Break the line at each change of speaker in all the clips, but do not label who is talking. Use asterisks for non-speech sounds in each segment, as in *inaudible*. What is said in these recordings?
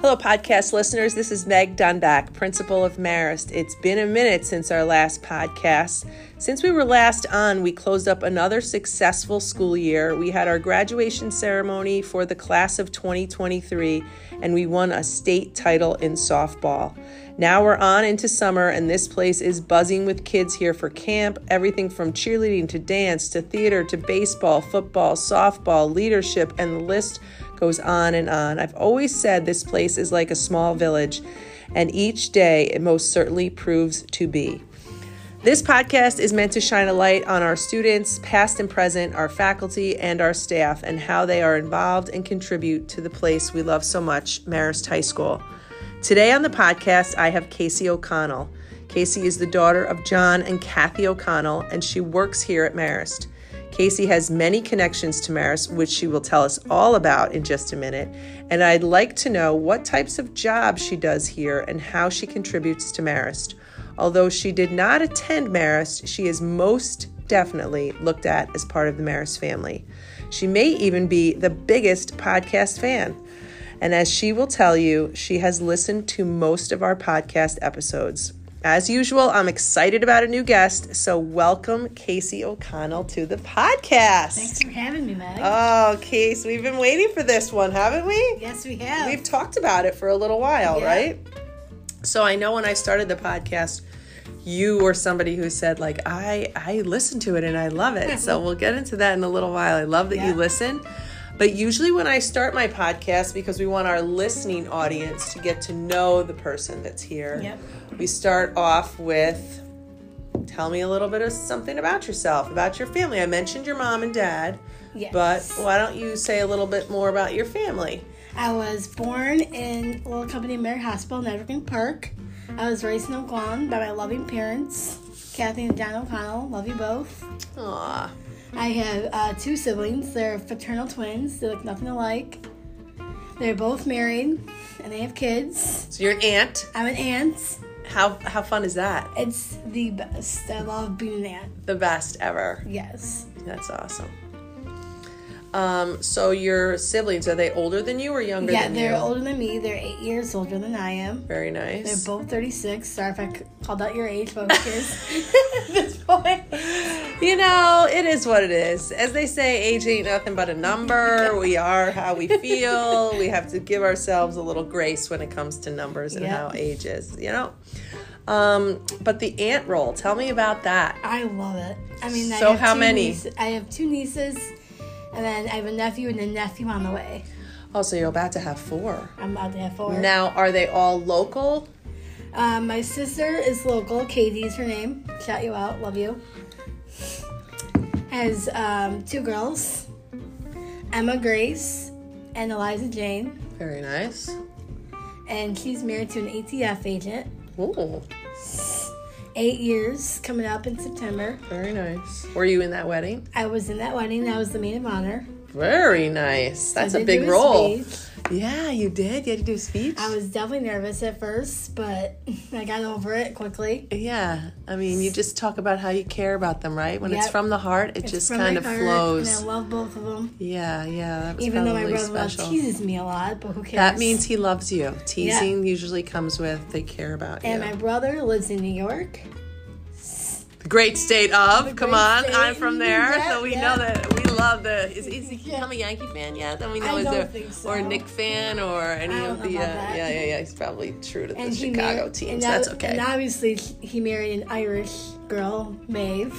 Hello, podcast listeners. This is Meg Dunbach, principal of Marist. It's been a minute since our last podcast. Since we were last on, we closed up another successful school year. We had our graduation ceremony for the class of 2023, and we won a state title in softball. Now we're on into summer, and this place is buzzing with kids here for camp everything from cheerleading to dance to theater to baseball, football, softball, leadership, and the list goes on and on. I've always said this place is like a small village, and each day it most certainly proves to be. This podcast is meant to shine a light on our students, past and present, our faculty, and our staff, and how they are involved and contribute to the place we love so much, Marist High School. Today on the podcast, I have Casey O'Connell. Casey is the daughter of John and Kathy O'Connell, and she works here at Marist. Casey has many connections to Marist, which she will tell us all about in just a minute. And I'd like to know what types of jobs she does here and how she contributes to Marist. Although she did not attend Marist, she is most definitely looked at as part of the Marist family. She may even be the biggest podcast fan. And as she will tell you, she has listened to most of our podcast episodes. As usual, I'm excited about a new guest, so welcome Casey O'Connell to the podcast.
Thanks for having me, Meg.
Oh, Case, we've been waiting for this one, haven't we?
yes, we have.
We've talked about it for a little while,
Yeah.
right? So I know when I started the podcast, you were somebody who said like I I listen to it and I love it. so we'll get into that in a little while. I love that you
Mm-hmm. Yeah.
listen. But usually when I start my podcast because we want our listening audience to get to know the person that's here.
Yep.
We start off with tell me a little bit of something about yourself, about your family. I mentioned your mom and dad.
Yes.
But why don't you say a little bit more about your family?
I was born in Little Company Mary Hospital in Evergreen Park. I was raised in Oakland by my loving parents, Kathy and John O'Connell. Love you both.
Aw.
I have uh, two siblings. They're fraternal twins. They look nothing alike. They're both married, and they have kids.
So you're an aunt.
I'm an aunt.
How how fun is that?
It's the best. I love being an aunt.
The best ever.
Yes.
That's awesome. Um, so your siblings are they older than you or younger
Yeah,
than
they're
you?
older than me. They're eight years older than I am.
Very
They're
nice.
both 36. Sorry if I c- called out your age,
*laughs*
but who cares at this point?
You know, it is what it is. As they say, age ain't nothing but a number. We are how we feel. we have to give ourselves a little grace when it comes to numbers and
Yeah.
how age is. You know. Um, but the aunt roll. Tell me about that.
I love it. I mean,
So
I have
how
two
many?
niece- I have two nieces, and then I have a nephew and a nephew on the way.
Oh, so you're about to have four.
I'm about to have four.
Now, are they all local?
Um, my sister is local. Katie is her name. Shout you out. Love you. Has um, two girls, Emma Grace and Eliza Jane,
Very nice.
and she's married to an ATF agent.
Ooh,
Eight years coming up in September.
very nice. Were you in that wedding?
I was in that wedding. I was the maid of honor.
Very nice. That's
I
a
did
big
do
role.
speech.
Yeah, you did. You had to do a speech.
I was definitely nervous at first, but *laughs* I got over it quickly.
yeah, I mean, you just talk about how you care about them, right? When it's
Yep.
from the heart, it
It's
just
from my
kind of
heart,
flows.
And I love both of them.
Yeah, yeah. That was
Even though my
probably
brother
special.
teases me a lot, but who cares?
that means he loves you. Teasing usually comes with they care about
And
you.
my brother lives in New York.
The great state of.
The
Come
great
on,
state.
I'm from there,
Yeah,
so we
yeah.
know that we love the. Is, is he
Yeah.
become a Yankee fan yet? Then we know
I
is
don't
there
think so.
or a Nick fan or any
I don't
of
know
the.
about
uh,
that.
yeah, yeah, yeah. He's probably true to the
And he
Chicago
married-
teams.
and
That's
ob-
okay.
And obviously, he married an Irish girl, Maeve.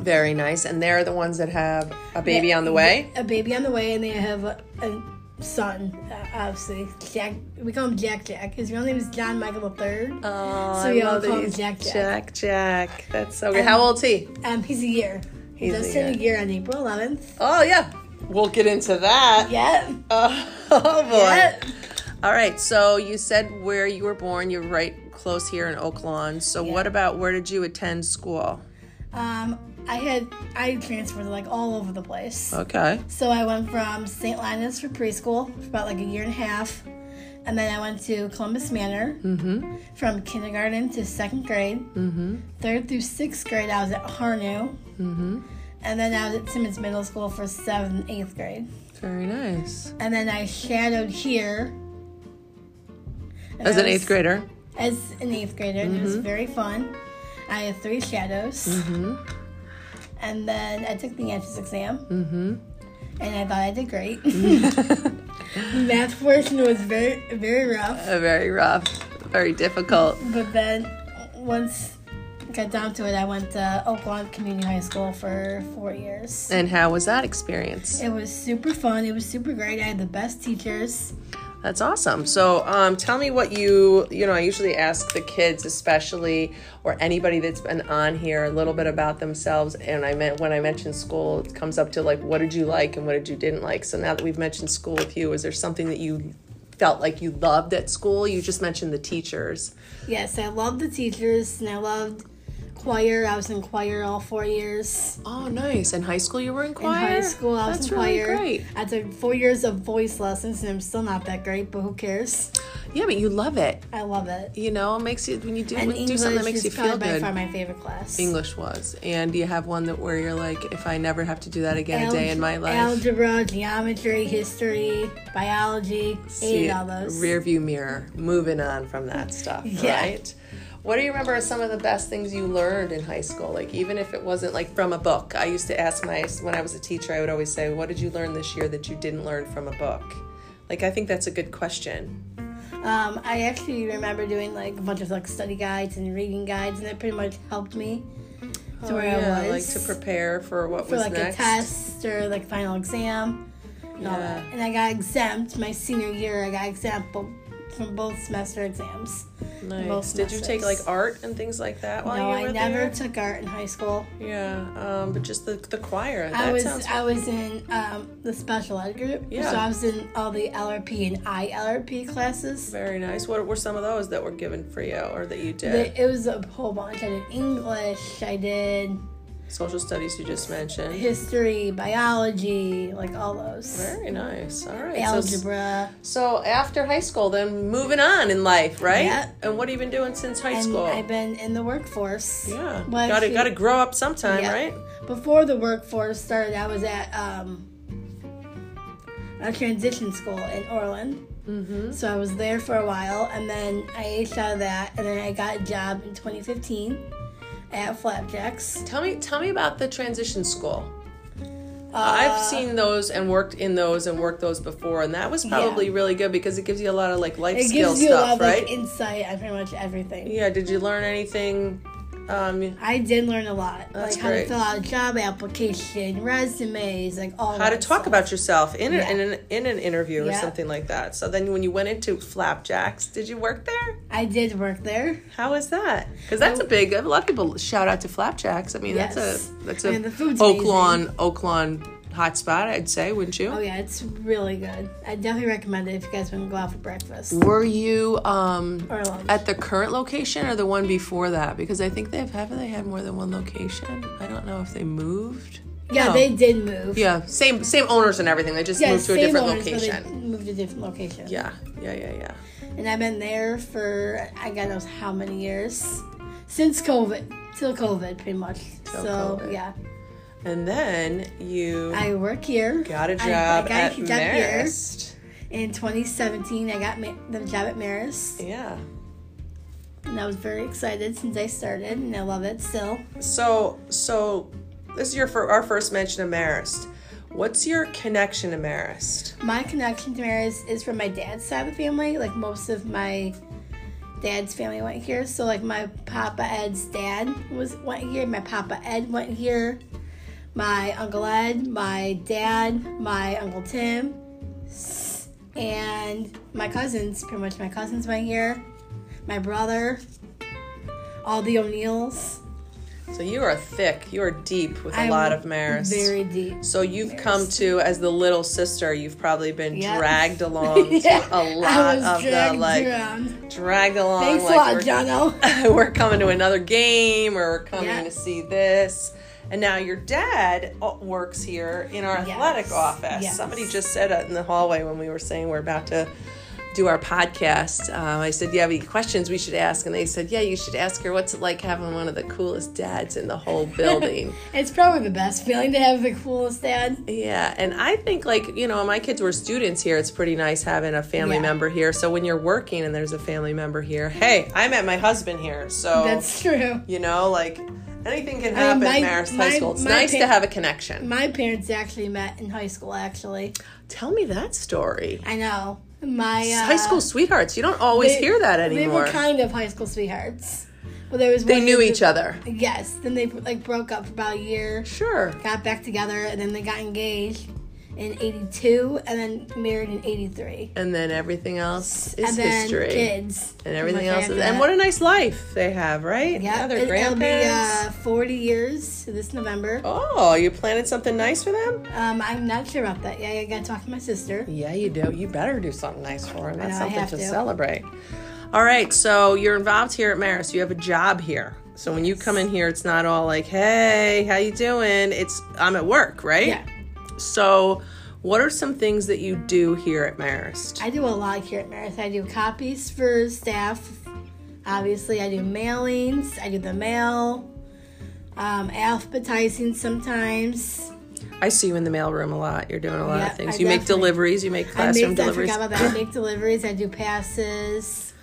Very nice. And they're the ones that have a baby
Yeah.
on the way.
A baby on the way, and they have a, a son, uh, obviously. Jack. We call him Jack Jack. His real name is John Michael III.
Oh,
So
I
we all
love
call him
these.
Jack
Jack
Jack.
Jack. That's so good. How old's he?
Um, he's a year. He
He's
does
a
turn a year on April 11th.
Oh, yeah. We'll get into that.
Yeah.
*laughs* Oh, boy.
Yeah.
All right. So you said where you were born. You're right close here in Oak Lawn. So what about where did you attend school?
Um, I had I transferred like all over the place.
Okay.
So I went from St. Linus for preschool for about like a year and a half, and then I went to Columbus Manor
Mm-hmm.
from kindergarten to second grade. Third through sixth grade, I was at Harnew,
Mm-hmm.
and then I was at Simmons Middle School for seventh and eighth grade.
Very nice.
And then I shadowed here And
as
I
an
was-
eighth grader.
As an eighth grader, and it was very fun. I had three shadows. And then I took the entrance exam. And I thought I did great. *laughs* Math portion was very, very rough.
Uh, very rough, very difficult.
But then once I got down to it, I went to Oakland Community High School for four years.
And how was that experience?
It was super fun. It was super great. I had the best teachers.
That's awesome. So, um, tell me what you you know. I usually ask the kids, especially or anybody that's been on here, a little bit about themselves. And I meant when I mentioned school, it comes up to like, what did you like and what did you didn't like. So now that we've mentioned school with you, is there something that you felt like you loved at school? You just mentioned the teachers.
Yes, I loved the teachers and I loved choir. I was in choir all four years.
Oh, nice. In high school, you were in
In
choir.
high school, I was
That's
in
really
choir.
great.
I took four years of voice lessons and I'm still not that great, but who cares?
Yeah, but you love it.
I love it.
You know, it makes you when you do,
And
when you do something that
English
makes you
is
feel
probably by
good.
far my favorite class.
English was. And do you have one that where you're like, if I never have to do that again a day in my
Alge-
life?
Algebra, geometry, history, biology,
See,
hated all those.
Rear view mirror. Moving on from that
*laughs*
stuff,
Yeah.
right? What do you remember as some of the best things you learned in high school? Like even if it wasn't like from a book. I used to ask my when I was a teacher, I would always say, "What did you learn this year that you didn't learn from a book?" Like I think that's a good question.
Um, I actually remember doing like a bunch of like study guides and reading guides, and that pretty much helped me to where I was.
Oh, like to prepare for what
for
was
like
next.
a test or like final exam and all
Yeah.
that. And I got exempt my senior year. I got exempt bo- from both semester exams.
Nice.
both
Did you take like
methods.
art and things like that while
no,
you were
I never
there?
took art in high school.
Yeah, um, but just the, the choir. That
I was
sounds
I was in um, the special ed group,
Yeah.
so I was in all the LRP and ILRP classes.
very nice. What were some of those that were given for you or that you did?
It, it was a whole bunch. I did English. I did
Social studies you just mentioned.
history, biology, like all those.
Very nice. All right. So,
Algebra.
so after high school, then moving on in life, right?
Yeah.
And what have you been doing since high
and
school?
I've been in the workforce.
yeah.
Well,
gotta
actually-
gotta grow up sometime,
Yeah.
right?
before the workforce started, I was at um, a transition school in Orland. Mm-hmm. So I was there for a while, and then I aged out of that, and then I got a job in 2015 at Flapjacks.
Tell me tell me about the transition school. I've
Uh,
seen those and worked in those and worked those before, and that was probably really good because it gives you a lot of like life
It
skill
gives you a lot
stuff,
of
right?
like, insight on pretty much everything.
yeah. Did you learn anything? Um,
I did learn a lot,
That's
like how
great.
to fill out a job application, resumes, like all
how to
that
talk
stuff.
about yourself in,
Yeah.
a, in, an, in an interview or
Yeah.
something like that. So then when you went into Flapjacks, did you work there?
I did work there.
How was that? Because that's a big, a lot of people shout out to Flapjacks. I mean,
Yes.
that's a, that's
I
a
mean, the food's
Oaklawn, Oaklawn hotspot, I'd say, wouldn't you?
Oh yeah, it's really good. I definitely recommend it if you guys want to go out for breakfast
Were you um,
or lunch.
at the current location or the one before that? Because I think they've, haven't they had more than one location? I don't know if they moved.
Yeah,
No.
they did move.
Yeah, same same owners and everything. They just
Yeah,
moved to a
same
different
owners, but they
location.
Moved to a different location.
Yeah, yeah, yeah, yeah.
And I've been there for I God knows how many years since COVID, till COVID, pretty much. so
COVID.
yeah,
And then you
I work here.
got a
I-
job
I, got
at
a job here
Marist.
in 2017. I got ma- the job at Maris,
Yeah.
and I was very excited since I started, and I love it still.
So so this is your fir- our first mention of Marist. What's your connection to Marist?
My connection to Maris is from my dad's side of the family. Like most of my dad's family went here. So like my Papa Ed's dad was went here. My Papa Ed went here. My Uncle Ed, my dad, my Uncle Tim, s- and my cousins. Pretty much my cousins went here. My brother, all the O'Neills.
So you are thick, you are deep with a
I'm
lot of Marist.
Very deep.
so you've come to as the little sister, you've probably been
Yeah. *laughs*
dragged along
Yeah,
to Um, a
I
lot
was
of the
dragged
like
around.
dragged along
Thanks
like
a
we're-
lot,
*laughs*
Jono.
we're coming to another game or we're coming
Yeah.
to see this. And now your dad uh, works here in our athletic
Yes.
office.
Yes.
Somebody just said it in the hallway when we were saying we're about to do our podcast, um, I said, "Do you have any questions we should ask?" And they said, "Yeah, you should ask her. What's it like having one of the coolest dads in the
*laughs*
whole building?"
It's probably the best feeling to have the coolest dad.
yeah, and I think like you know, my kids were students here. It's pretty nice having a family
Yeah.
member here. So when you're working and there's a family member here, hey, I met my husband here, so
That's true.
you know, like anything can happen.
my-
in Marist
my-
High School. It's
my
nice to
pa-
have a connection.
My parents actually met in high school. Actually,
Tell me that story.
I know my uh,
high school sweethearts. You don't always hear that
They
anymore.
were
They,
kind of high school sweethearts. Well, there was one
knew
year-
each other.
Yes. Then they like broke up for about a year,
Sure.
got back together, and then they got engaged in '82, and then married in '83.
And then everything else is
and then
history.
kids Oh
And everything else is.
After
And
that.
what a nice life they have, right?
yeah,
Other
it, it'll be
grandparents.
uh, 40 years this November.
Oh, you planted something nice for them?
Um, I'm not sure about that. Yeah, I gotta talk to my sister.
Yeah, you do. You better do something nice for them. That's
know, I
something
have
to,
to.
celebrate. All right, so you're involved here at Marist. You have a job here. So when you come in here, it's not all like, "Hey, how you doing?" It's I'm at work, right?
Yeah,
So, what are some things that you do here at Marist?
I do a lot here at Marathon. I do copies for staff. Obviously, I do mailings. I do the mail. Um, alphabetizing sometimes.
I see you in the mailroom a lot. You're doing a lot
Yeah,
of things.
I
You make
definitely-
deliveries. You make
I
classroom
make. I
deliveries.
forgot about that.
*coughs*
I make deliveries. I do passes.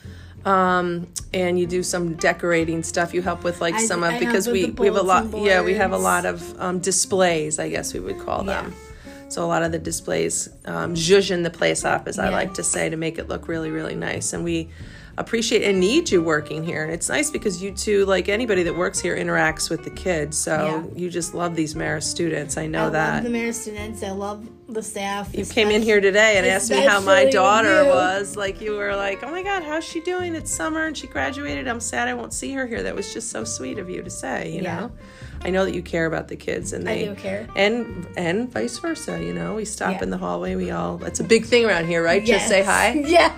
Um, and you do some decorating stuff. You help with like
I-
some
I
of
help
because
with
we
the
we have a lot.
bulletin
Yeah, we have a
boards.
lot of um, displays. I guess we would call
Yeah.
them. So a lot of the displays, um, zhuzhing the place up, as I
Yeah.
like to say, to make it look really, really nice. And we appreciate and need you working here. And it's nice because you two, like anybody that works here, interacts with the kids. So
Yeah.
you just love these Marist students. I know
I
that.
love the Marist students. I love the staff.
You came in here today and asked me how my
especially with
daughter
you.
was. Like you were like, "Oh my God, how's she doing? It's summer and she graduated. I'm sad I won't see her here." That was just so sweet of you to say. You
Yeah.
know, I know that you care about the kids and they
do care.
and and vice versa. You know, we stop
Yeah.
in the hallway. We all that's a big thing around here, right? Just say
Yes.
hi.
*laughs* Yeah.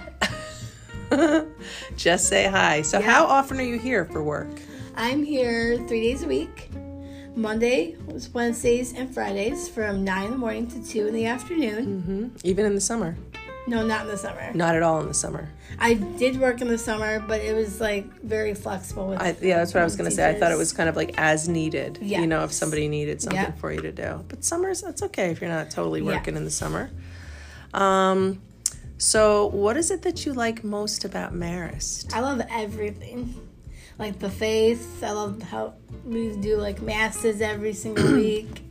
Just say hi. So, how often are you here for work?
I'm here three days a week. Monday, Wednesdays, and Fridays from 9 in the morning to 2 in the
Mm.
afternoon.
Even in the summer?
No, not in the summer.
Not at all in the summer.
I did work in the summer, but it was like very flexible with
I, yeah, that's what I was going to say. I thought it was kind of like as needed. You
Yeah.
know, if somebody needed something
Yeah.
for you to do. But summers, that's okay if you're not totally
Yeah.
working in the summer. Um, so what is it that you like most about Marist?
I love everything. Like the faith. I love how we do like masses every
*clears throat*
single week.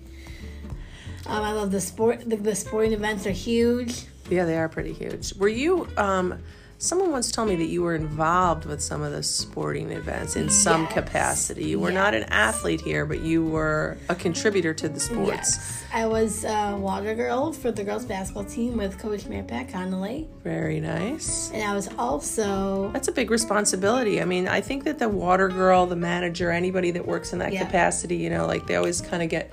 Um, I love the sport. The, the sporting events are huge.
Yeah, they are pretty huge. Were you? Um, someone once told me that you were involved with some of the sporting events in some
Yes.
capacity. You were not an athlete here, but you were a contributor to the sports.
Yes. I was a water girl for the girls' basketball team with Coach Mary Pat Connolly.
Very nice.
And I was also
That's a big responsibility. I mean, I think that the water girl, the manager, anybody that works in that
Yeah.
capacity, you know, like they always kind of get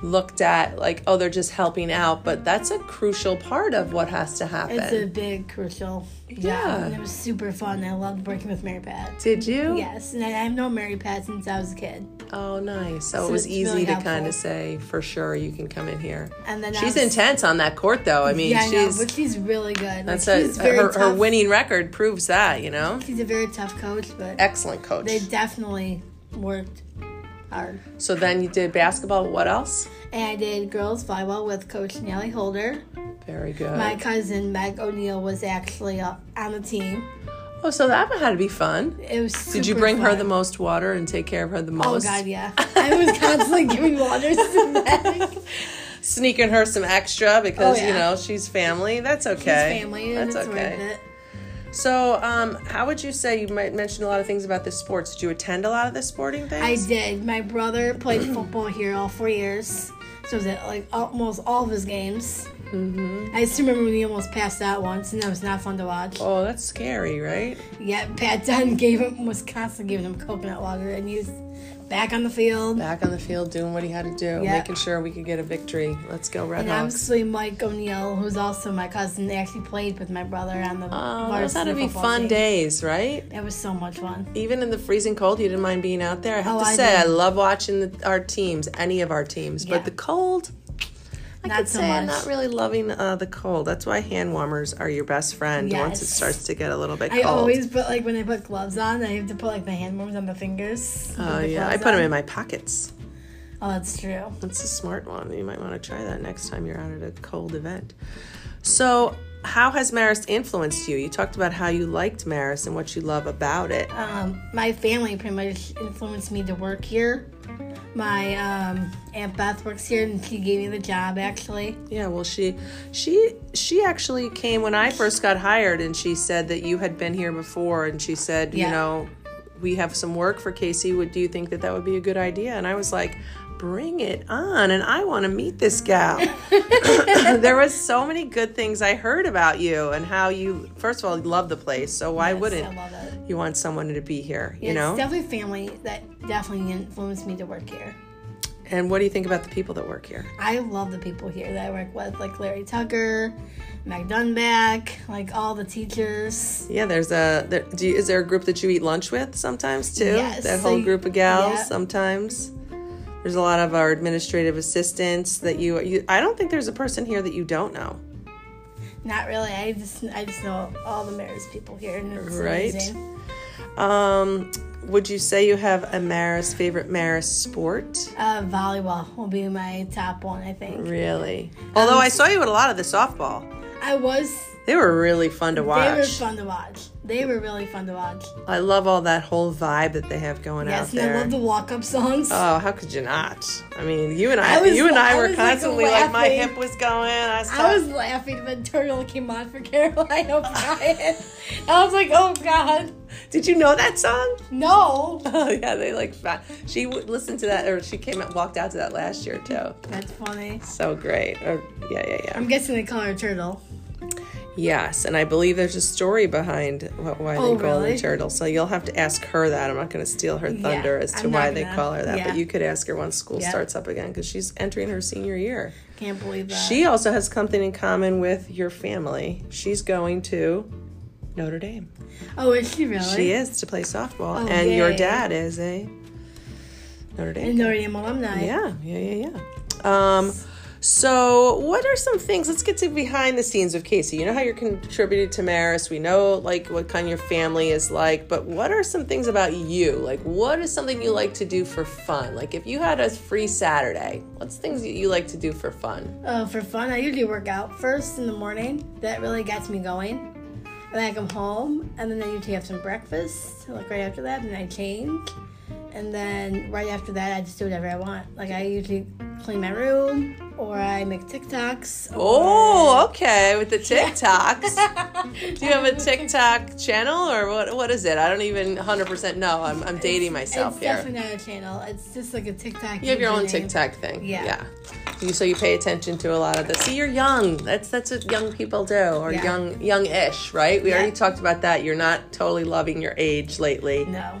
looked at like, oh, they're just helping out. But that's a crucial part of what has to happen.
it's a big crucial job.
Yeah.
And it was super fun. I loved working with Mary Pat.
Did you?
Yes, and I- I've known Mary Pat since I was a kid.
Oh, nice. So, it
So
was
it's
easy
really
to
helpful.
kind of say, for sure, you can come in here.
And then I
She's
was-
intense on that court, though. I mean,
Yeah, I know,
she's.
but she's really good. Like,
that's a-
she's very
her, her
tough.
winning record proves that, you know?
She's a very tough coach, but
Excellent coach.
they definitely worked hard.
so then you did basketball. What else?
And I did girls volleyball with Coach Nellie Holder.
Very good.
My cousin Meg O'Neill was actually uh, on the team.
oh, so that had to be fun.
It was. Super
Did you bring her
fun.
the most water and take care of her the
Oh
most?
God, yeah. I was constantly giving
*laughs*
water to Meg.
Sneaking her some extra because
Oh, yeah.
you know she's family. That's okay.
Family, and
That's
it's
okay.
worth it.
So, um, how would you say you might mention a lot of things about the sports? Did you attend a lot of the sporting
I
things?
did. My brother played football here all four years, so I was at like almost all of his games. Mm-hmm. I just remember when he almost passed out once, and that was not fun to watch.
oh, that's scary, right?
Yeah, Pat Dunn *laughs* gave him was constantly giving him coconut water, and he was back on the field.
Back on the field doing what he had to do,
Yeah.
making sure we could get a victory. Let's go Red
And
Hawks.
obviously, Mike O'Neill, who's also my cousin, actually played with my brother on the
Oh, those
varsity
had to be
football
fun
team.
days, right?
It was so much fun.
Even in the freezing cold, you didn't mind being out there. I have
Oh,
to
I
say, I
didn't.
love watching the, our teams, any of our teams,
Yeah.
but the cold, I I
Not
could
so
say I'm
much.
not really loving uh, the cold. That's why hand warmers are your best friend once it
Yes.
starts to get a little bit
I
cold.
always put like when I put gloves on, I have to put like the hand warmers on the fingers.
Oh yeah, I put them in my pockets.
Oh, that's true.
That's a smart one. You might want to try that next time you're out at a cold event. So, how has Marist influenced you? You talked about how you liked Marist and what you love about it.
Um, my family pretty much influenced me to work here. My um, aunt Beth works here, and she gave me the job actually.
Yeah, well, she she she actually came when I first got hired, and she said that you had been here before, and she said, you
Yeah.
know, we have some work for Casey. Would do you think that that would be a good idea? And I was like. Bring it on, and I want to meet this gal. *laughs* there was so many good things I heard about you and how you, first of all, love the place. So why
I
wouldn't
love it.
you want someone to be here? You
it's
know.
definitely family that definitely influenced me to work here.
and what do you think about the people that work here?
I love the people here that I work with, like Larry Tucker, Mac Dunback, like all the teachers.
Yeah, there's a. There, do you, is there a group that you eat lunch with sometimes too?
Yes,
that
so
whole
you-
group of gals
yeah.
sometimes. There's a lot of our administrative assistants that you, you. I don't think there's a person here that you don't know,
Not really. I just I just know all the mayor's people here, and it's
right?
amazing.
Um, would you say you have a Maris favorite Maris sport?
Uh, volleyball will be my top one, I think.
Really?
Um,
Although I saw you at a lot of the softball.
I was.
They were really fun to watch.
They were fun to watch. They were really fun to watch.
I love all that whole vibe that they have going
Yes,
out
and
there.
I love the walk-up songs.
Oh, how could you not? I mean, you and I,
I was-
you and I,
I
were
was, like,
constantly like, my
laughing.
hip was going. I,
I was laughing when Turtle came on for *laughs* Carolina O'Brien. I was like, oh god,
Did you know that song?
no.
*laughs* Oh yeah, they like. fa- She w- listened to that, or she came and walked out to that last year too.
That's funny.
So great. Oh, yeah, yeah, yeah.
I'm guessing they call her Turtle.
Yes, and I believe there's a story behind wh- why
Oh,
they call her
really?
Turtle. So you'll have to ask her that. I'm not going to steal her thunder as to
I'm not
why they
gonna-
call her that,
yeah.
but you could ask her once school
Yeah.
starts up again because she's entering her senior year.
Can't believe that.
She also has something in common with your family. She's going to Notre Dame.
oh, is she really?
She is to play softball,
Oh,
and your
yay.
dad is a Notre Dame.
A Notre Dame alumni.
Yeah, yeah, yeah, yeah. Um, so what are some things? Let's get to behind the scenes of Casey. You know how you're contributed to Maris. We know like what kind your family is like, but what are some things about you? Like, what is something you like to do for fun? Like, if you had a free Saturday, what's things that you like to do for fun?
Oh, for fun, I usually work out first in the morning. That really gets me going. And then I come home, and then I usually have some breakfast, like right after that, and I change. And then right after that, I just do whatever I want. Like I usually clean my room, or I make TikToks.
Oh, okay, with the TikToks. Do you have a TikTok channel or what? What is it? I don't even 100% know. I'm, I'm dating myself
It's
here.
definitely not a channel. It's just like a TikTok.
You have your own TikTok thing.
Yeah.
You, so you pay attention to a lot of this. See, you're young. That's that's what young people do, or
Yeah.
young young-ish, right? We
Yeah.
already talked about that. You're not totally loving your age lately.
No,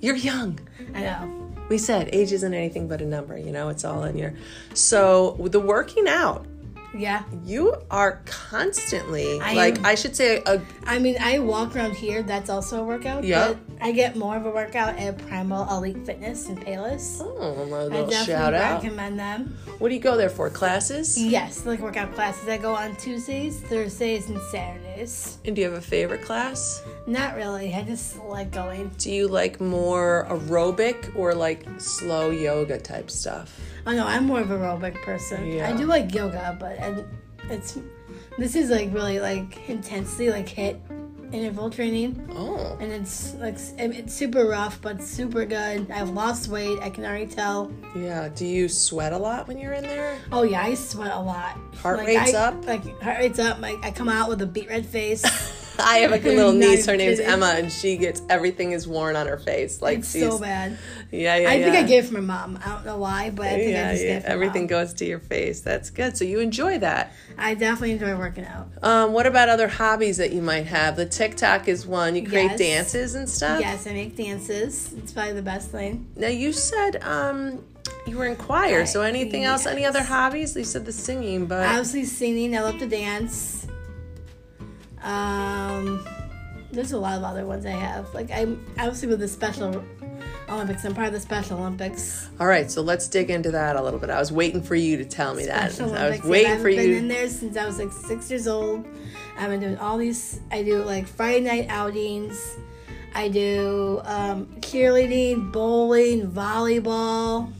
You're young.
I know.
We said age isn't anything but a number. You know, it's all in your. So with the working out,
Yeah.
you are constantly
I
like
am-
I should say a
I mean, I walk around here. That's also a workout.
Yep.
but I get more of a workout at Primal Elite Fitness in Palis.
oh, my
I
little
definitely
shout out.
recommend them.
What do you go there for? Classes?
Yes, like workout classes. I go on Tuesdays, Thursdays, and Saturdays.
And do you have a favorite class?
Not really. I just like going.
Do you like more aerobic or like slow yoga type stuff?
Oh no, I'm more of an aerobic person.
Yeah.
I do like yoga, but I, it's this is like really like intensely like hit interval training.
Oh.
and it's like s- it- it's super rough but super good i've lost weight i can already tell
Yeah. Do you sweat a lot when you're in there?
oh yeah i sweat a lot
Heart
Like,
rate's
I-
up?
like heart rate's up my, i come out with a beat red
*laughs*
face
I have like a *laughs* little
No,
niece. Her
I'm
name's
kidding.
Emma, and she gets everything is worn on her face. Like
it's
she's
so bad
yeah, yeah.
i think i
yeah.
get it from my mom i don't know why but i think
yeah,
i just
yeah.
get it from
everything
mom.
goes to your face. That's good. So you enjoy that.
i definitely enjoy working out
Um, what about other hobbies that you might have? The TikTok is one. You create
Yes.
dances and stuff.
yes i make dances it's probably the best thing
Now you said um, you were in choir. So anything else? Any other
Yes.
hobbies? You said the singing, but
obviously singing i love to dance um there's a lot of other ones i have like i'm obviously with the special Olympics. I'm part of the Special Olympics.
All right, so let's dig into that a little bit. I was waiting for you to tell me that. I
Special
was
Olympics.
waiting
I've
for
been in
you.
there since I was like six years old. I've been doing all these. I do like Friday night outings. I do um, cheerleading, bowling, volleyball,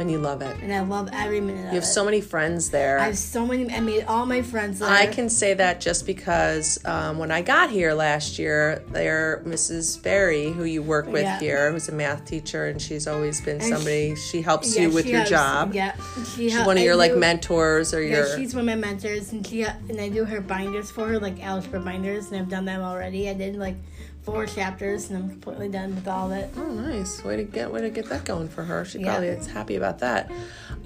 And you love it.
and I love every minute of
You have
it.
so many friends there.
I have so many. I made all my friends. There.
I can say that just because um, when I got here last year, there Mrs. Berry, who you work with
Yeah.
here, who's a math teacher, and she's always been somebody. She, helps
Yeah,
you with
she
your
helps-
job.
Yeah, she
She's
hel-
one of
I
your like
do-
mentors or
Yeah,
your.
she's one of my mentors, and she and I do her binders for her, like algebra binders, and I've done them already. I did like four chapters, and I'm completely done with all of it.
Oh, nice way to get way to get that going for her. She
Yeah.
probably is happy about that.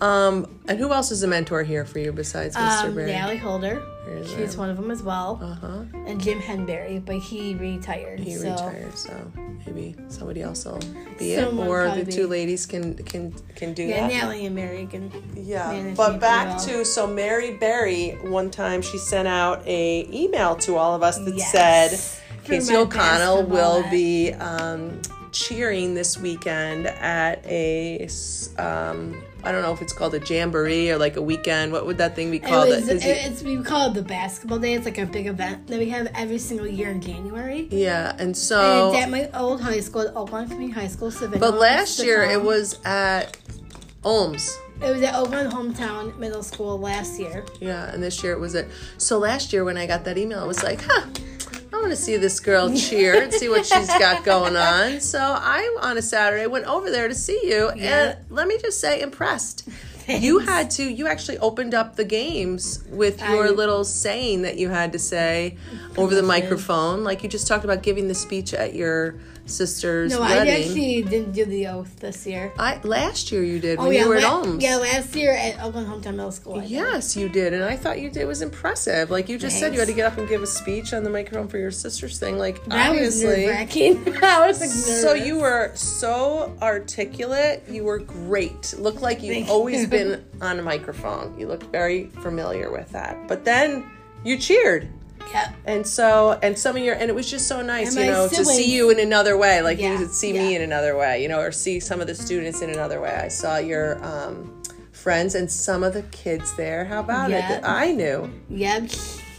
Um, and who else is a mentor here for you besides Mr.
Um,
Berry?
Natalie Holder,
Very
she's one of them as well,
Uh huh.
and Jim Henberry, but he retired.
He
so.
retired, so maybe somebody else will be
Someone
it, or the
probably be.
two ladies can can can do
Yeah,
that.
Natalie and Mary can.
Yeah,
manage
but
me
back
pretty
to so Mary Berry. One time she sent out a email to all of us that
Yes.
said
Through
Casey
my
O'Connell will
basketball
be um, cheering this weekend at a s- um, I don't know if it's called a jamboree or like a weekend. What would that thing be called?
It was,
Is it-
it's we call it the basketball day. It's like a big event that we have every single year in January.
yeah, and
And
so
it's at my old high school, at Oakland Community High School. So if anyone
but
wants
last
to
year it
come-
was at Olms.
It was at Oakland Hometown Middle School last year.
Yeah, and this year it was it. So last year when I got that email, I was like, huh, I want to see this
*laughs*
girl cheer and see what she's got going on. So I, on a Saturday, went over there to see you,
Yeah.
and let me just say, impressed. You had to, you actually opened up the games with your
I-
little saying that you had to say over the microphone. Like you just talked about giving the speech at your sister's
No, I
wedding.
actually didn't do the oath this year. Oh,
I- last year you did when
yeah,
Oh, you were at
la-
Olms.
yeah, last year at Oakland Hometown Middle School. I did.
Yes, you did, and I thought you did. It was impressive. Like you just said, you had to get up and give a speech on the microphone for your sister's thing. Like
That was nerve
obviously, *laughs*
wracking. I was like nervous.
so you were so articulate. You were great. Looked like you've
Thank
always
you.
been on a microphone. You looked very familiar with that. But then you cheered.
*laughs* Yeah.
And so, and some of your, and it was just so nice,
And
you
my
know, to
siblings-
see you in another way. Like
Yeah,
you could see me
yeah.
in another way, you know, or see some of the students in another way. I saw your um, friends and some of the kids there. How about
Yeah.
it? That I knew.
Yep.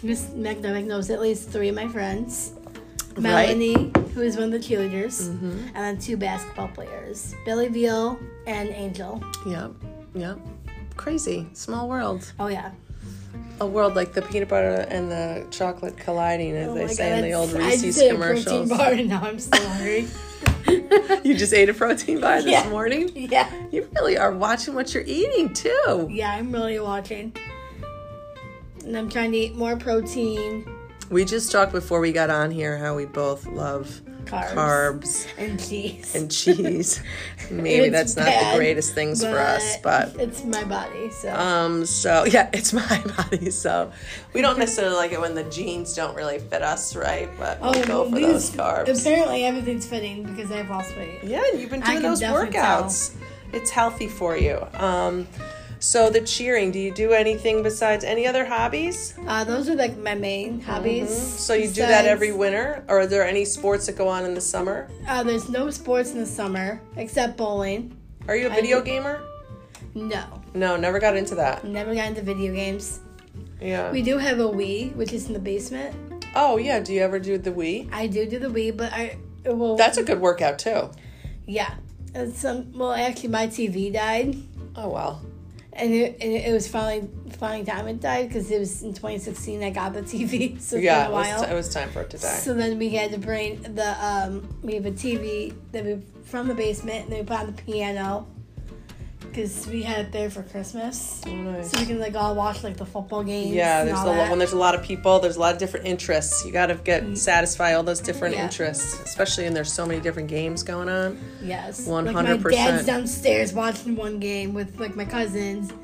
Miss McNamara knows at least three of my friends.
Right. Mm-hmm.
Melanie, who is one of the cheerleaders, and then two basketball players, Billy Veal and Angel.
Yep. Yep. Crazy. Small world.
Oh yeah.
A world like the peanut butter and the chocolate colliding, as
Oh
they
my
say
God,
in the old
that's-
Reese's
I did
commercials.
a protein bar and now I'm so hungry.
*laughs*
*laughs*
You just ate a protein bar this
Yeah.
morning?
yeah.
You really are watching what you're eating, too.
Yeah, I'm really watching. And I'm trying to eat more protein,
We just talked before we got on here how we both love
carbs,
carbs.
and cheese. *laughs*
and cheese. Maybe
It's
that's not
bad,
the greatest things for us, but
it's my body, so
um so yeah, *laughs* it's my body, so we don't necessarily like it when the jeans don't really fit us, right? But we'll
Oh,
go for those
these-
carbs.
Apparently everything's fitting because I've lost weight.
Yeah, and you've been
I
doing
can
those
definitely
workouts. It's healthy for you. Um so the cheering, do you do anything besides any other hobbies?
Uh, those are like my main hobbies.
Mm-hmm. So you do that
Besides-
every winter? Or are there any sports that go on in the summer?
Uh, there's no sports in the summer except bowling.
Are you a video gamer?
No,
No, never got into that.
never got into video games.
Yeah.
We do have a Wii, which is in the basement.
oh yeah, do you ever do the Wii?
I do do the Wii, but I well
That's a good workout too.
yeah. And some well actually my TV died,
Oh well.
and it, and it was finally finally time it died because it was in 2016 I got the TV, *laughs* so it's
Yeah,
been
it
a
was,
while.
it was time for it to die.
So then we had to bring the um we have a TV that we from the basement and then we put on the piano because we had it there for Christmas. So we can like all watch like the football games.
yeah,
and
there's a
all
lot,
that. Mm.
when there's a lot of people, there's a lot of different interests. You got to get satisfy all those different
Yeah.
interests, especially and there's so many different games going on.
yes,
100%.
Like my dad's downstairs watching one game with like my cousins and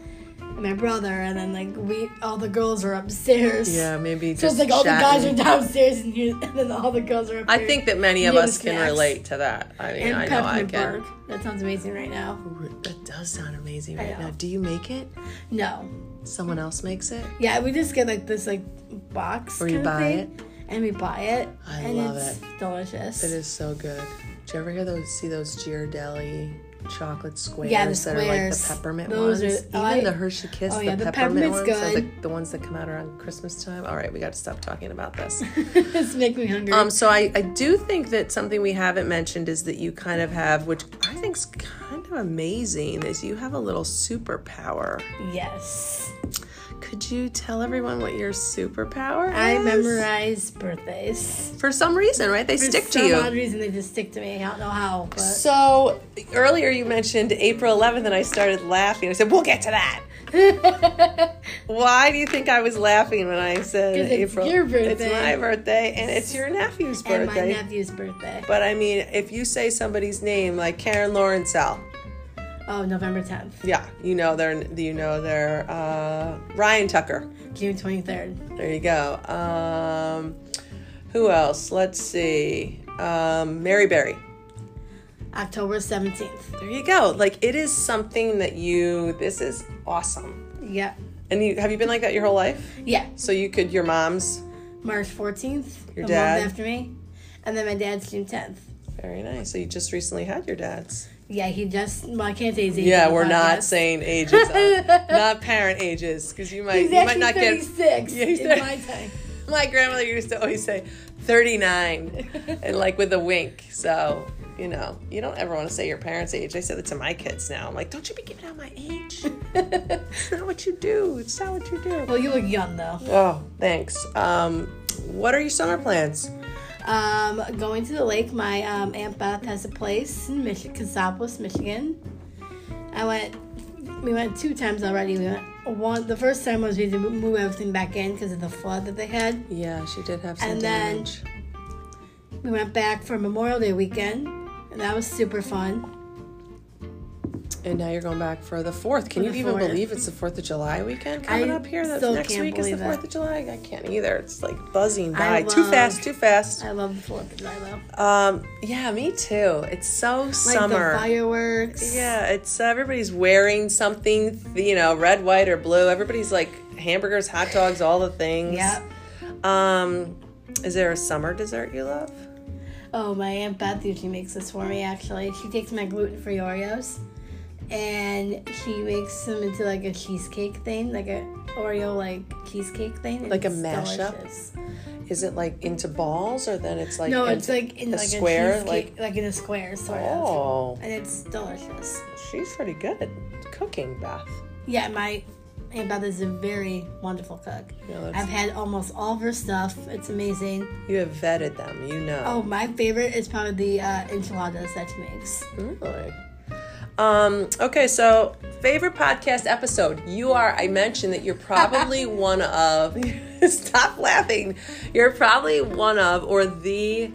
my brother, and then like we all the girls are upstairs.
Yeah, maybe
So
just
it's like all the guys are
chatting.
downstairs and, you, and then all the girls are
I
upstairs.
think that many of
Yeah,
us
the
can
snacks.
relate to that. I mean,
and
I know I
peppermint
can.
bark. That sounds amazing right now.
Ooh, That does sound amazing right
know.
now. Do you make it?
No,
Someone else makes it?
Yeah, we just get like this like box.
Or you
kind of
buy
thing, and we buy it.
I
and
love
it's
it.
Delicious.
It is so good. Did you ever hear those? See those Ghirardelli chocolate squares,
Yeah, the
that are like the
squares.
peppermint
Those are-
ones? Even
oh, I-
the Hershey Kiss,
oh,
the,
yeah, the
peppermint ones,
peppermint's
are the,
good.
the ones that come out around Christmas time. All right, we got to stop talking about
*laughs*
this.
it's making me hungry.
Um, so I, I do think that something we haven't mentioned is that you kind of have, which I think's kind of amazing, is you have a little superpower.
yes.
Could you tell everyone what your superpower
I
is?
memorize birthdays.
For some reason, right? They stick
For
to
some
you.
odd reason they just stick to me. I don't know how, but
So earlier you mentioned April 11th, and I started laughing. I said, "We'll get to
*laughs*
that." Why do you think I was laughing when I said
'Cause it's
April?
your
It's
birthday.
my birthday, and it's your nephew's
and my
birthday.
nephew's birthday.
but I mean, if you say somebody's name like Karen Lawrencell,
Oh, November 10th,
yeah, you know they're you know they're uh, Ryan Tucker.
June 23rd.
There you go. Um, who else? Let's see. Um, Mary Berry.
October 17th.
There you go. Like it is something that you. This is awesome.
Yeah.
And you have you been like that your whole life?
Yeah.
So you could your mom's
March 14th.
Your
the
dad.
month after me. And then my dad's June 10th.
very nice. So you just recently had your dad's.
Yeah, he just, well, I can't say his age.
Yeah,
on the
we're not
podcast.
saying
*laughs*
ages, uh, not parent ages, because you might
He's
you might
actually
not get.
36
Yeah, he's
in
thirty-
my time.
My grandmother used to always say thirty nine, and like with a wink. So you know you don't ever want to say your parents' age. I say that to my kids now. I'm like, don't you be giving out my age. it's not what you do. It's not what you do.
Well, you look young though.
Oh, thanks. Um, what are your summer plans?
Um, going to the lake. My um, aunt Beth has a place in Michigan, Cassopolis, Michigan. I went. We went two times already. We went one. The first time was we had to mo- move everything back in because of the flood that they had.
Yeah, she did have some
And then-
damage.
We went back for Memorial Day weekend, and that was super fun.
And now you're going back for the fourth. Can you
the
even
fourth.
believe it's the Fourth of July weekend coming
I
up here? That's
still
next
can't
week is the
believe it.
Fourth of July. I can't either. It's like buzzing by
I
too
love-
fast, too fast.
I love the Fourth of July though.
Um, yeah, me too. It's so
Like
summer.
the fireworks.
yeah, it's everybody's wearing something, you know, red, white, or blue. Everybody's like hamburgers, hot dogs, all the things.
Yep.
Um, is there a summer dessert you love?
Oh, my Aunt Beth usually makes this for me, actually. She takes my gluten free Oreos and she makes them into like a cheesecake thing, like a Oreo like cheesecake thing. and
Like a
it's
mashup?
delicious.
Is it like into balls, or then it's like
No,
into-
it's like in
a
like
square,
a cheesecake, like, in a square, sort of.
oh,
And it's delicious.
she's pretty good at cooking, Beth.
Yeah, my Aunt Beth is a very wonderful cook.
Yeah, that's-
I've had almost all of her stuff. It's amazing.
You have vetted them, you know.
Oh, my favorite is probably the uh, enchiladas that she makes.
Really? Um, okay, so favorite podcast episode. You are, I mentioned that you're
*laughs*
probably one of, *laughs* stop laughing. You're probably one of, or the,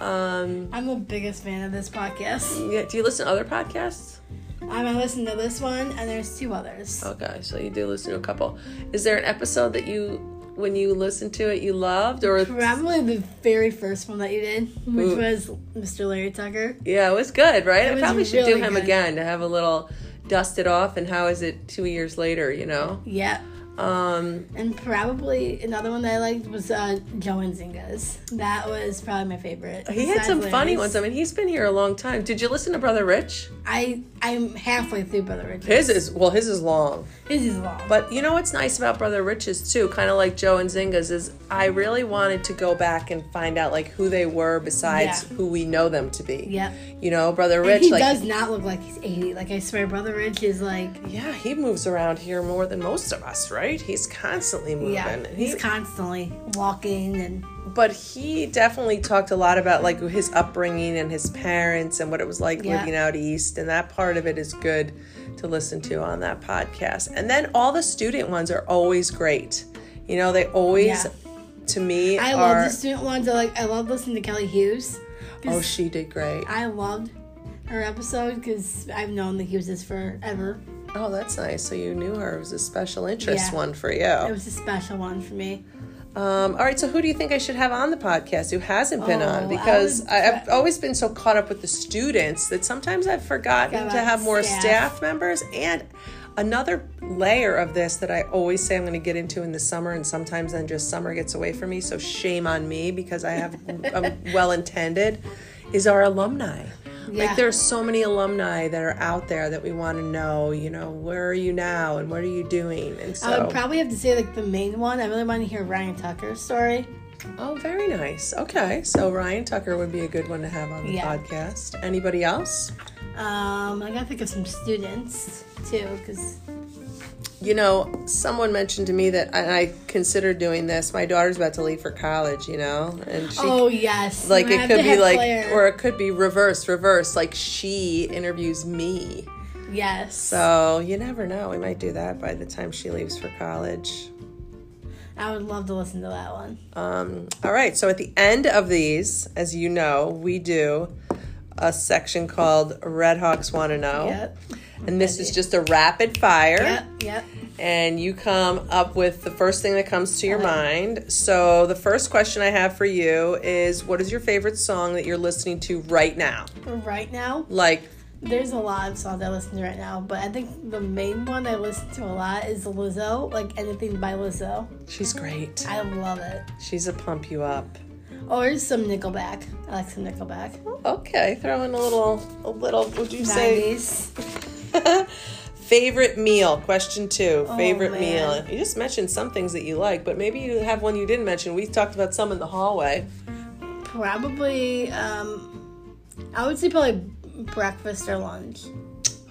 um,
I'm the biggest fan of this podcast.
yeah, do you listen to other podcasts?
I'm gonna listen to this one, and there's two others.
Okay, so you do listen to a couple. Is there an episode that you, when you listened to it, you loved? Or,
Probably the very first one that you did, which
Ooh.
was Mr. Larry Tucker.
yeah, it was good, right? I
was
probably should do
really
him
good.
again to have a little dust it off and how is it two years later, you know?
Yeah.
Um,
And probably another one that I liked was uh, Joe and Zinga's. That was probably my favorite.
He had
besides
some funny
Larry's.
ones. I mean, he's been here a long time. Did you listen to Brother Rich?
I I'm halfway through Brother Richard.
His is well, his is long.
His is long.
But you know what's nice about Brother Rich's too, kind of like Joe and Zinga's, is I really wanted to go back and find out like who they were besides
Yeah.
who we know them to be.
Yep.
You know, Brother Rich,
he
like
does not look like he's 80. Like I swear, Brother Rich is like
yeah, he moves around here more than most of us, right? He's constantly moving.
yeah,
And
he's
he-
constantly walking and
but he definitely talked a lot about like his upbringing and his parents and what it was like
Yeah.
living out east and that part of it is good to listen to on that podcast and then all the student ones are always great you know they always
Yeah.
to me
I
are
love the student ones. I like I love listening to Kelly Hughes.
oh she did great
I loved her episode because I've known that he was this forever.
oh that's nice so you knew her it was a special interest
Yeah.
one for
It
you
was a special one for me.
um, all right so who do you think i should have on the podcast who hasn't been
Oh,
on
I
because
would-
I I, i've always been so caught up with the students that sometimes i've forgotten
Got
to have more
staff.
staff members and another layer of this that i always say i'm going to get into in the summer and sometimes then just summer gets away from
*laughs*
me so shame on me because i have i'm well intended is our alumni
Yeah.
Like there's so many alumni that are out there that we want to know, you know, where are you now and what are you doing? And so
I would probably have to say like the main one. I really want to hear Ryan Tucker's story.
Oh, very nice. Okay. So Ryan Tucker would be a good one to have on the
Yeah.
podcast. Anybody else?
Um, I gotta think of some students too, because
You know, someone mentioned to me that and I considered doing this. My daughter's about to leave for college, you know, and she
oh yes,
like
I
it
have
could
to
be
have
like
Claire.
or it could be reverse, reverse like she interviews me.
yes.
So, you never know. We might do that by the time she leaves for college.
I would love to listen to that one.
Um, all right, so at the end of these, as you know, we do a section called Red Hawks Want to Know.
Yep.
And this is just a rapid fire.
Yep. Yep.
And you come up with the first thing that comes to your mind. So the first question I have for you is what is your favorite song that you're listening to right now?
Right now,
Like,
there's a lot of songs I listen to right now, but I think the main one I listen to a lot is Lizzo, like anything by Lizzo.
she's great.
I love it.
She's a pump you up.
Or some Nickelback. I like some Nickelback.
Oh, Okay, throw in a little, a little, would you say?
90s.
*laughs* favorite meal question two favorite
Oh, man.
meal you just mentioned some things that you like but maybe you have one you didn't mention we talked about some in the hallway
Probably, um, I would say probably breakfast or lunch.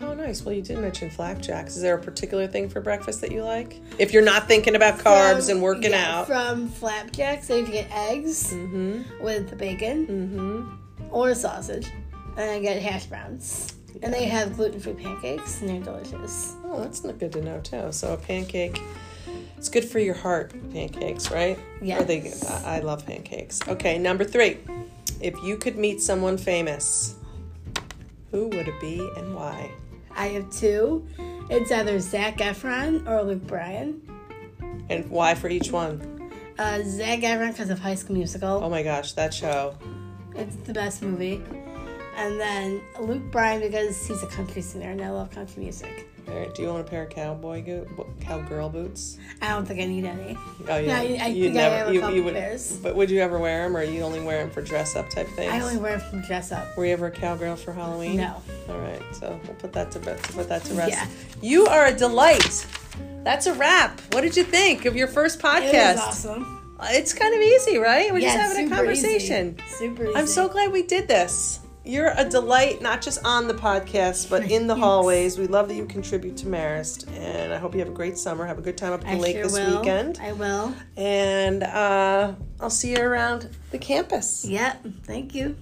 oh nice well you did mention flapjacks is there a particular thing for breakfast that you like if you're not thinking about carbs
From-
and working
Um, yeah,
out Mm-hmm.
From flapjacks, so you can get eggs with the bacon or sausage. And I get hash browns. And they have gluten free pancakes, and they're delicious.
oh that's not good to know too so a pancake it's good for your heart pancakes right Are they-
Yes.
I I love pancakes okay number three if you could meet someone famous who would it be and why
I have two. It's either Zach Efron or Luke Bryan.
and why for each one
Uh, Zach Efron because of High School Musical.
Oh my gosh, that show.
It's the best movie. And then Luke Bryan because he's a country singer and I love country music.
All right, do you own a pair of cowboy go- bo- cowgirl boots?
I don't think I need any.
Oh yeah,
I- I
you'd
think I have a couple pairs.
But would you ever wear them, or you only wear them for dress up type things?
I only wear it from dress up.
Were you ever a cowgirl for Halloween?
No.
All right, so we'll put that to rest. Put that to rest.
Yeah.
You are a delight. That's a wrap. What did you think of your first
It
podcast?
was awesome.
It's kind of easy, right? We're
Yeah,
just having a
super easy.
conversation.
Super easy.
I'm so glad we did this. You're a delight, not just on the podcast, but in the hallways. We love that you contribute to Marist, and I hope you have a great summer. Have a good time up at
I
the lake
sure
this
will.
weekend,
I will.
and uh, I'll see you around the campus.
Yep. Thank you.